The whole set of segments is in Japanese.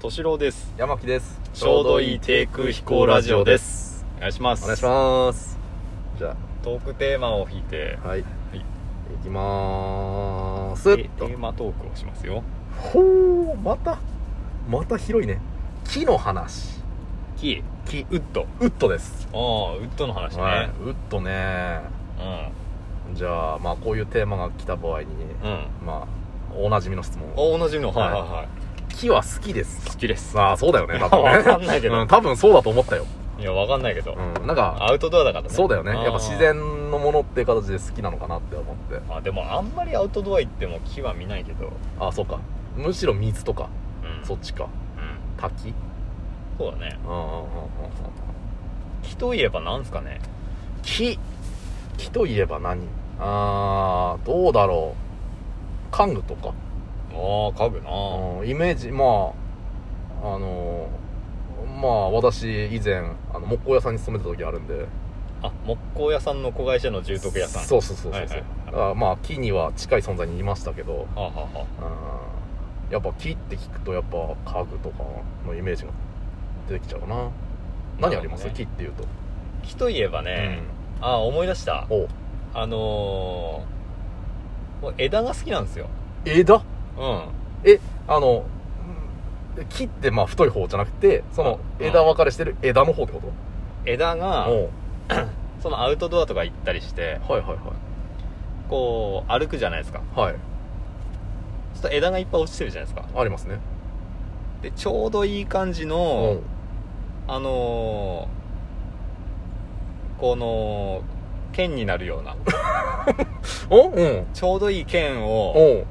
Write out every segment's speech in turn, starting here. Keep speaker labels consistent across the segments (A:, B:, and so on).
A: 敏郎です
B: 山木です
A: ちょうどいい低空飛行ラジオですお願いします
B: お願いしますじゃ
A: トークテーマを引いて
B: あはい、
A: い
B: い、きまーす
A: テ
B: っ
A: テ
B: と
A: ーマトークをしますよ
B: ほうまたまた広いね木の話
A: 木
B: 木
A: ウッド
B: ウッドです、
A: ああウッドの話ね、
B: はい、ウッドねじゃあまあこういうテーマが来た場合に、
A: うんうん
B: まあおなじみの質問
A: おお同じのはいは
B: はい
A: いはい
B: 木は好きですか
A: 好きです
B: ああそうだよね多
A: わか
B: 分
A: ん
B: ね
A: ないけど
B: うん、多分そうだと思ったよ、
A: いやわかんないけど、
B: うん、なんか
A: アウトドアだからね
B: そうだよねやっぱ自
A: あ
B: 然のものって形で好きなのかなって思って
A: ーあでもあんまりアウトドア行っても木は見ないけど、
B: あそうかむしろ水とか
A: うん
B: そっちか
A: うん
B: 滝
A: そうだね
B: うんうんうんうんうん
A: 木といえばなんすかね
B: 木木といえば何あーどうだろう家具とか、
A: ああ家具なあ
B: うんイメージまああのーまあ私以前あの木工屋さんに勤めてた時あるんで
A: 木工屋さんの子会社の住宅屋さん
B: そうそうそうそうそう、
A: はいはい
B: だからまあ木には近い存在にいましたけど
A: はあ、はあは
B: うんやっぱ木って聞くとやっぱ家具とかのイメージが出てきちゃうな何あります、
A: なるほどね
B: 木っていうと、
A: あ、木といえばね、ああ思い出した
B: うんお
A: あのー、もう枝が好きなんですよ
B: 枝
A: うん
B: あのうん木ってまあ太い方じゃなくてその枝分かれしてる枝の方ってこと
A: 枝が
B: おう
A: そのアウトドアとか行ったりして
B: はいはい
A: こう歩くじゃないですか
B: はいはい
A: ちょっと枝がいっぱい落ちてるじゃないですか
B: ありますね
A: でちょうどいい感じ
B: お
A: の
B: う
A: あのー、この剣になるよう な
B: おうん
A: ちょうどいい剣を
B: おう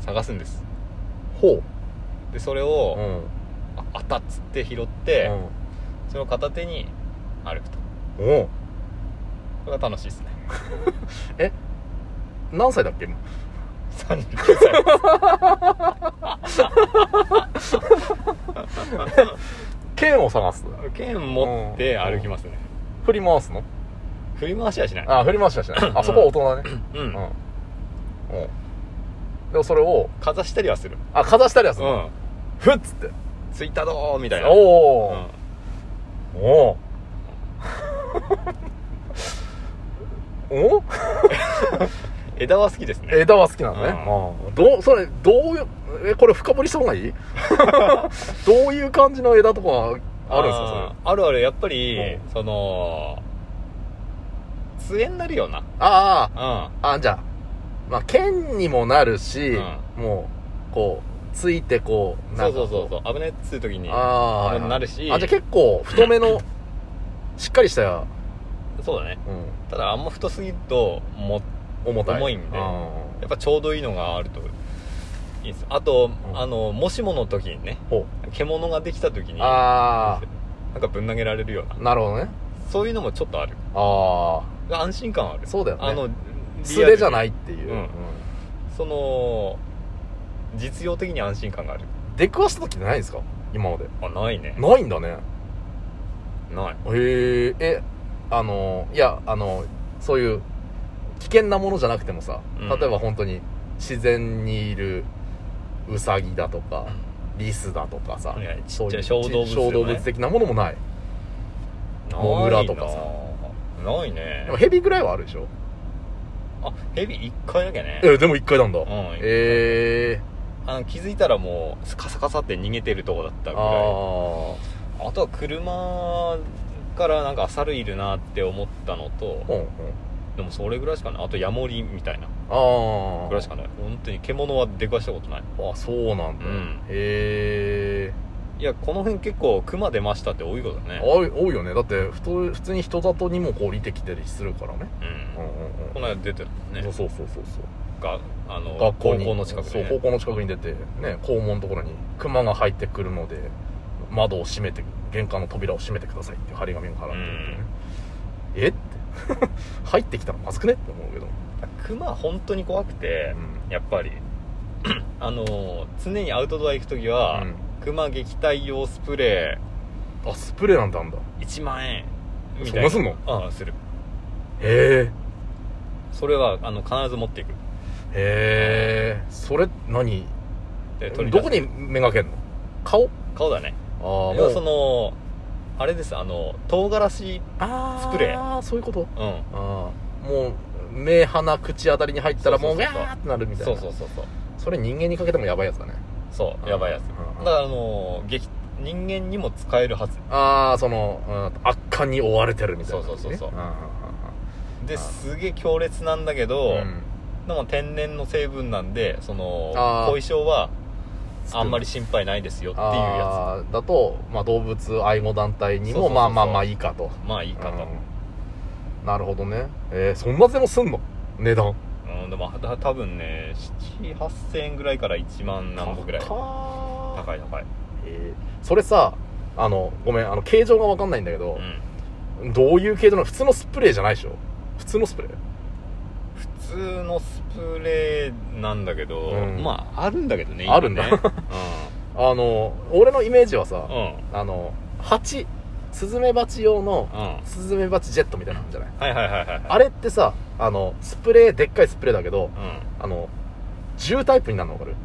A: 探すんです
B: ほ
A: でそれ
B: うう
A: を
B: ん
A: ああたっつって拾ってそれを片手に歩くと
B: うんおう
A: これが楽しい ですね
B: 何歳だっけ今
A: 39歳
B: 剣を探す
A: 剣持って歩きますね
B: 振り回すの
A: 振り回しはしない
B: あ振り回しはし ないあそこは大人だね
A: う
B: うん
A: ん
B: おうでもそれを
A: かざしたりはする
B: あかざしたりはす
A: う
B: るの
A: ん
B: ふっつって
A: ついたどーみたいな
B: お
A: う
B: お
A: ん
B: おう おう
A: 枝は好きですね
B: 枝は好きなのね、
A: う
B: ああどうそれどういうえこれ深掘りした方が いいどういう感じの枝とかあるんですかそれ
A: あーあるあるやっぱり
B: う
A: その杖になるような
B: あ
A: うん
B: ああじゃあまあ剣にもなるし、
A: う
B: もうこうついてこう
A: そ
B: なん
A: う
B: か
A: そうそうそう危ねえっつう時に
B: ああ
A: なるし
B: あじゃあ結構太め のしっかりしたや、
A: そうだね
B: う
A: ただあんま太すぎるとも
B: ん、重たい
A: 重いんで
B: あ
A: やっぱちょうどいいのがあるといいですあと
B: うん
A: あのもしもの時にね
B: あほう
A: 獣ができた時にな
B: あ
A: んかぶん投げられるような
B: あなるほどね
A: そういうのもちょっとある
B: あ
A: 安心感あ
B: あ
A: る
B: そうだよね
A: あの
B: 素手じゃないいっていう、
A: うんその実用的に安心感がある
B: 出くわした時ってないんですか今まで
A: あないね
B: ないんだね
A: ない
B: へええあのいやあのそういう危険なものじゃなくてもさ、
A: うん
B: 例えば本当に自然にいるウサギだとかリスだとかさ、
A: はいはい
B: そういう
A: ちっちゃい小動物よね
B: 小動物的なものもないモグラとかさ
A: ないなない
B: でも
A: ね
B: ヘビぐらいはあるでしょ
A: あヘビ1回だけね
B: えでも1回なんだ、
A: うん
B: ええ
A: あの気づいたらもうカサカサって逃げてるとこだったぐら
B: あ
A: いあとは車からなんか猿いるなって思ったの
B: あうん
A: と
B: うん
A: でもそれぐらいしかないあとヤモリみたいな
B: ああ
A: ぐらいしかない本当に獣は出くわしたことない
B: あそうなんだ、
A: うん
B: へえ
A: いやこの辺結構クマ出ましたって多いことだね
B: 多い多いよねだって普通普通に人里にもこう降りてきたりするからね
A: うん
B: うんうん
A: この間出てたもんね
B: そうそうそうそうそう
A: があの
B: 学校に
A: 高校の近くで、ね、
B: そう高校の近くに出てね校門のところに熊が入ってくるので窓を閉めて玄関の扉を閉めてくださいっていう張り紙が貼られてて、ねえって 入ってきたらまずくねって思うけど、
A: クマ本当に怖くて、やっぱり あの常にアウトドア行く時は、クマ撃退用スプレ
B: うんあスプレーなんてあんだ
A: ー1万円み
B: そ
A: たい
B: んな
A: な
B: すんの
A: ああする
B: へ
A: それはあの必ず持っていく
B: えへえそれ何
A: で取り
B: ど
A: 出
B: こ
A: す
B: にめがけんの顔
A: 顔だね
B: ああも
A: 要はそのあれですあの唐辛子
B: あ
A: スプレー
B: ああそういうこと
A: うん
B: ああもう目鼻口あたりに入ったらもう
A: そう
B: ガ
A: そうそうそう
B: ーってなるみたいな
A: そうそうそうそう
B: それ人間にかけてもやばいやつだね
A: そうやばいやつ
B: うん
A: だからあの激人間にも使えるはず
B: ああその、うん、悪化に追われてるみたいな、ね、
A: そうそうそうそうん
B: んん
A: で
B: あー
A: すげえ強烈なんだけど、
B: うん
A: でも天然の成分なんでその
B: あー
A: 後遺症はあんまり心配ないですよっていうや
B: あーだと、まあ、動物愛護団体
A: そ
B: にも
A: うそうそうそう
B: まあまあまあいいかと
A: つまあいいかと、
B: うんなるほどねえー、そんなでもすんの値段
A: うんでもた多分ね78000円ぐらいから1万何個ぐらい高
B: 高い、
A: い高い
B: えーそれさあのごめんあの形状が分かんないんだけ
A: う
B: ど、
A: ん
B: どういう形状なの普通のスプレーじゃないでしょ普通のスプレー
A: 普通のスプレーなんだけど、
B: うん
A: まああるんだけどね
B: あるんだ
A: 今ね
B: あの俺のイメージはさ、
A: うんうん
B: あの蜂スズメバチ用の
A: うん
B: スズメバチジェットみたいなのあるじゃない
A: はいはいはいはいはい
B: あれってさあのスプレーでっかいスプレーだけ
A: う
B: ど
A: ん
B: あの銃タイプになるの分かる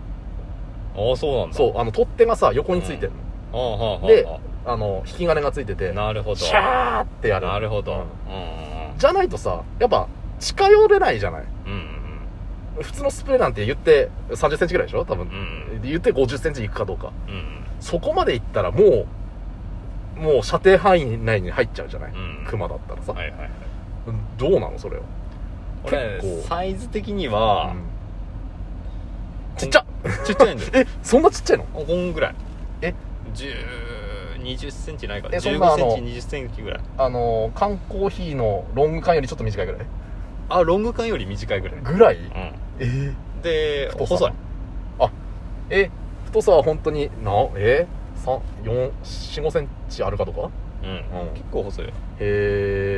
A: ああそうなんだ
B: そうあの取っ手がさ横についてるの、
A: ああはあはあ
B: であの引き金がついてて
A: なるほど
B: シャーってやる
A: なるほど、
B: う
A: うんん、うん
B: じゃないとさやっぱ近寄れないじゃない
A: うんうん
B: 普通のスプレーなんて言って3 0ンチぐらいでしょ多分、
A: うん
B: 言って5 0ンチいくかどうか
A: うん
B: そこまでいったらもうもう射程範囲内に入っちゃうじゃない、
A: うん
B: クマだったらさ、
A: はいはいはい
B: どうなのそれは
A: これ
B: 結構
A: サイズ的には、
B: うんちっちゃ
A: ちっちゃいんだよ
B: えそんなちっちゃいの
A: こんぐらい
B: え
A: 10 20センチないか
B: え
A: ら
B: そ
A: 1
B: んな
A: 5
B: あの
A: センチ20センチぐらい
B: あのー缶コーヒーのロング缶よりちょっと短いぐらい
A: あロング缶より短いぐらい、
B: ぐらい
A: うん、
B: えー
A: で
B: 太さ
A: 細い
B: あえ太さは本当になえー、4 4 5センチあるかとか
A: うん、
B: うん
A: 結構細いよ、
B: へ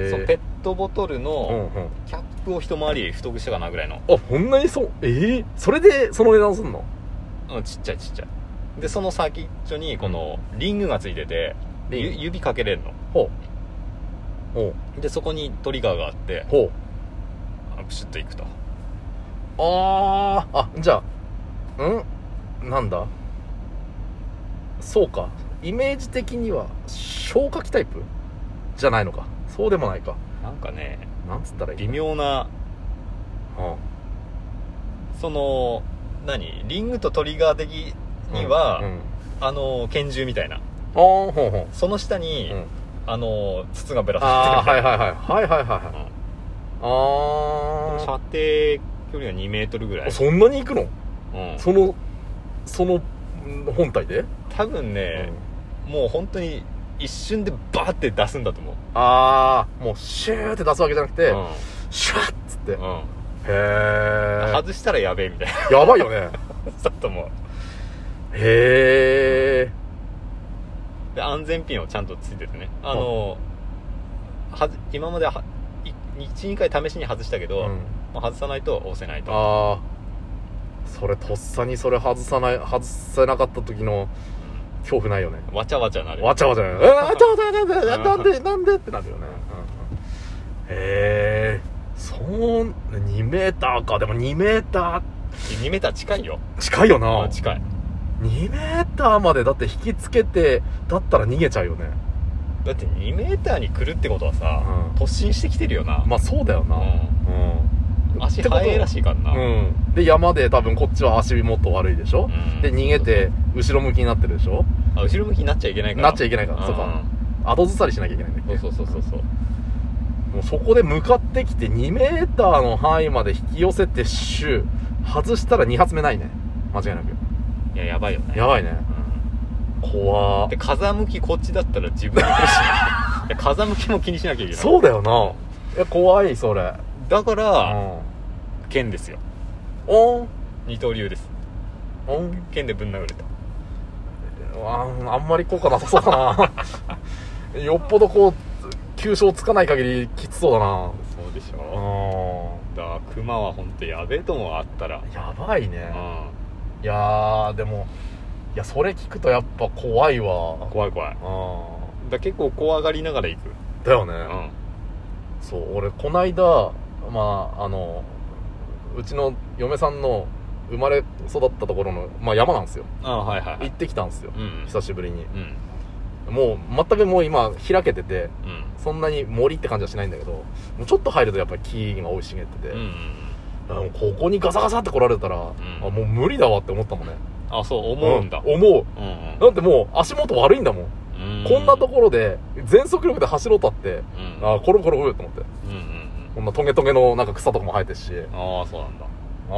B: え
A: そうペットボトル
B: うん
A: の
B: うん
A: キャップを一回り太くしたかなぐらいの、
B: あこんなにそうえー、それでその値段すんの
A: うん、ちっちゃいちっちゃいでその先っちょにこのリングがついててゆ
B: リング
A: 指かけれるの
B: ほうほう
A: でそこにトリガーがあって
B: ほう
A: あプシュッといくと
B: あーあじゃあうんなんだそうかイメージ的には消火器タイプじゃないのかそうでもないか
A: なんかね
B: なんつったらいい
A: 微妙な
B: うん
A: その何リングとトリガー的には、
B: うんうん
A: あの拳銃みたいな
B: あーほうほ
A: その下に、
B: う、うん、
A: あの筒がぶら下が
B: あ
A: っ
B: ー
A: て
B: は
A: る
B: いはいはいはいはいはい
A: う
B: はい
A: ん射
B: あ
A: 程距離が2メートルぐら
B: あ
A: い、
B: そんなに行くの
A: うん
B: そのそのうん本体で、
A: 多分
B: う
A: ね
B: ん、
A: もう本当に一瞬でバーって出すんだと思う、
B: ああもうシューって出すわけじゃなくて、
A: うん
B: シュワッつって、へ
A: うん
B: え
A: 外したらやべえみたいな
B: やばいよね
A: やつだと思う
B: へえ
A: で安全ピンをちゃんとついててねあのはず今までは12回試しに外したけど、まあ外さないと押せないと
B: ああそれとっさにそれ外さない外せなかった時の恐怖ないよね
A: わちゃわちゃなる
B: わちゃわちゃねえー、あちゃわちゃわちゃわちゃなんでなんでってなるよね、へえそん2メーターかでも2メータ
A: 2メーター近いよ
B: ー近いよな
A: あ近い
B: 2メーターまでだって引きつけてだったら逃げちゃうよね
A: だって2メーターに来るってことはさ、
B: うん
A: 突進してきてるよな、
B: まあそうだよなうん、
A: 足速いらしいからな、
B: うん、で山で多分こっちは足元悪いでしょ、
A: うん
B: で逃げて後ろ向きになってるでしょ
A: あ後ろ向きになっちゃいけないから
B: なっちゃいけないからそうか
A: ん
B: 後ずさりしなきゃいけないんだっけ
A: そうそうそうそうそう
B: もうそこで向かってきて2メーターの範囲まで引き寄せてシュー外したら2発目ないね間違いなく
A: いややばいよね
B: やばいね
A: うん
B: 怖
A: で風向きこっちだったら自分で来 るしいや風向きも気にしなきゃいけない
B: そうだよないや怖いそれ
A: だか
B: う
A: ら、
B: ん
A: 剣ですよ
B: オン
A: 二刀流です
B: オン
A: 剣でぶん殴ると
B: あんあんまり効果なさそうだな よっぽどこう急所つかない限りきつそうだな
A: そうでし
B: う
A: ょ
B: ん
A: だから熊は本当やべえと思うあったら
B: やばいね
A: う
B: いやーでもいやそれ聞くとやっぱ怖いわ
A: ん怖い怖いだか
B: う
A: ら結構怖がりながら行く
B: んだよね、
A: うん
B: そう俺こないだまああのうちの嫁さんの生まれ育ったところの、まあ、山なんですよ
A: あはいはいは
B: 行っ
A: い
B: てきたんですよ、
A: うん
B: 久しぶりに
A: うん
B: もう全くもう今開けてて
A: うん
B: そんなに森って感じはしないんだけどもうちょっと入るとやっぱり木が生い茂ってて、
A: うんうん
B: あもうここにガサガサって来られたら、あもう無理だわって思ったもんね
A: あそう思うんだ
B: う思う
A: うん
B: だってもう足元悪いんだもん、
A: うん
B: こんなところで全速力で走ろうたって
A: うん
B: あコロコロコロと思って
A: うんうんうん
B: こんなトゲトゲのなんか草とかも生えてるし
A: ああそうなんだ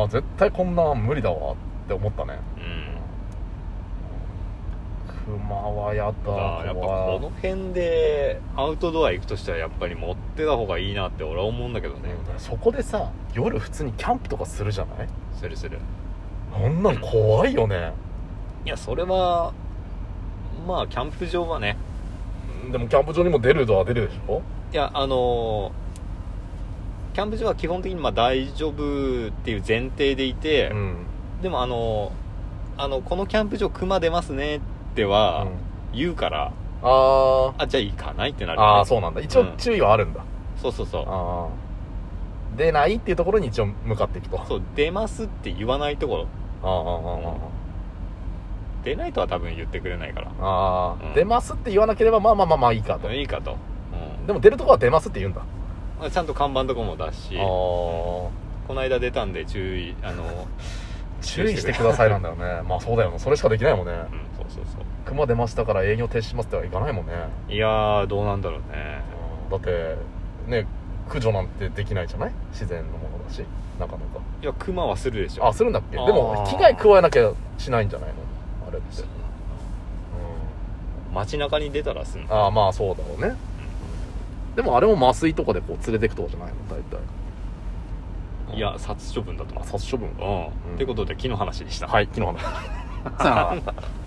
B: あ絶対こんなん無理だわって思ったね
A: うん
B: 熊はやだ
A: だからやっぱこの辺でアウトドア行くとしたらやっぱり持ってた方がいいなって俺は思うんだけどね
B: そこでさ夜普通にキャンプとかするじゃない
A: するする
B: あんなん怖いよね
A: いやそれはまあキャンプ場はね
B: でもキャンプ場にも出るのは出るでしょ
A: いやあのーキャンプ場は基本的にまあ大丈夫っていう前提でいて、
B: ん
A: でもあのーあのこのキャンプ場熊出ますねっては言うから、
B: あー
A: あじゃあ行かないってなるよね、
B: あーそうなんだ一応注意はあるんだ、
A: そうそうそう
B: ああ出ないっていうところに一応向かっていくと
A: そう出ますって言わないところ
B: あー
A: 出ないとは多分言ってくれないから
B: あーあーあー
A: うん
B: 出ますって言わなければまあまあまあまあいいかと
A: いいかと、
B: でも出るとこは出ますって言うんだあ
A: うん、ちゃんと看板とかも出すしこ
B: あ
A: の間出たんで注意あの、
B: 注意してくださいなんだよねまあそうだよなそれしかできないもんね
A: うん、そうそうそう
B: 熊出ましたから営業停止しますってはいかないもんね
A: いやーどうなんだろうね
B: だってね駆除なんてできないじゃない自然のものだしなかなか
A: いやクマはするでしょ
B: あするんだっけで
A: あー
B: も危害加えなきゃしないんじゃないのあれって、、
A: そううん街中に出たらすんの
B: ああまあそうだろうねでもあれも麻酔とかでこう連れてくとかじゃないの大体
A: いや殺処分だと
B: あ
A: 思
B: 殺処分か
A: ううん、
B: うん
A: ってことで木の話でした
B: はい昨日の話さあ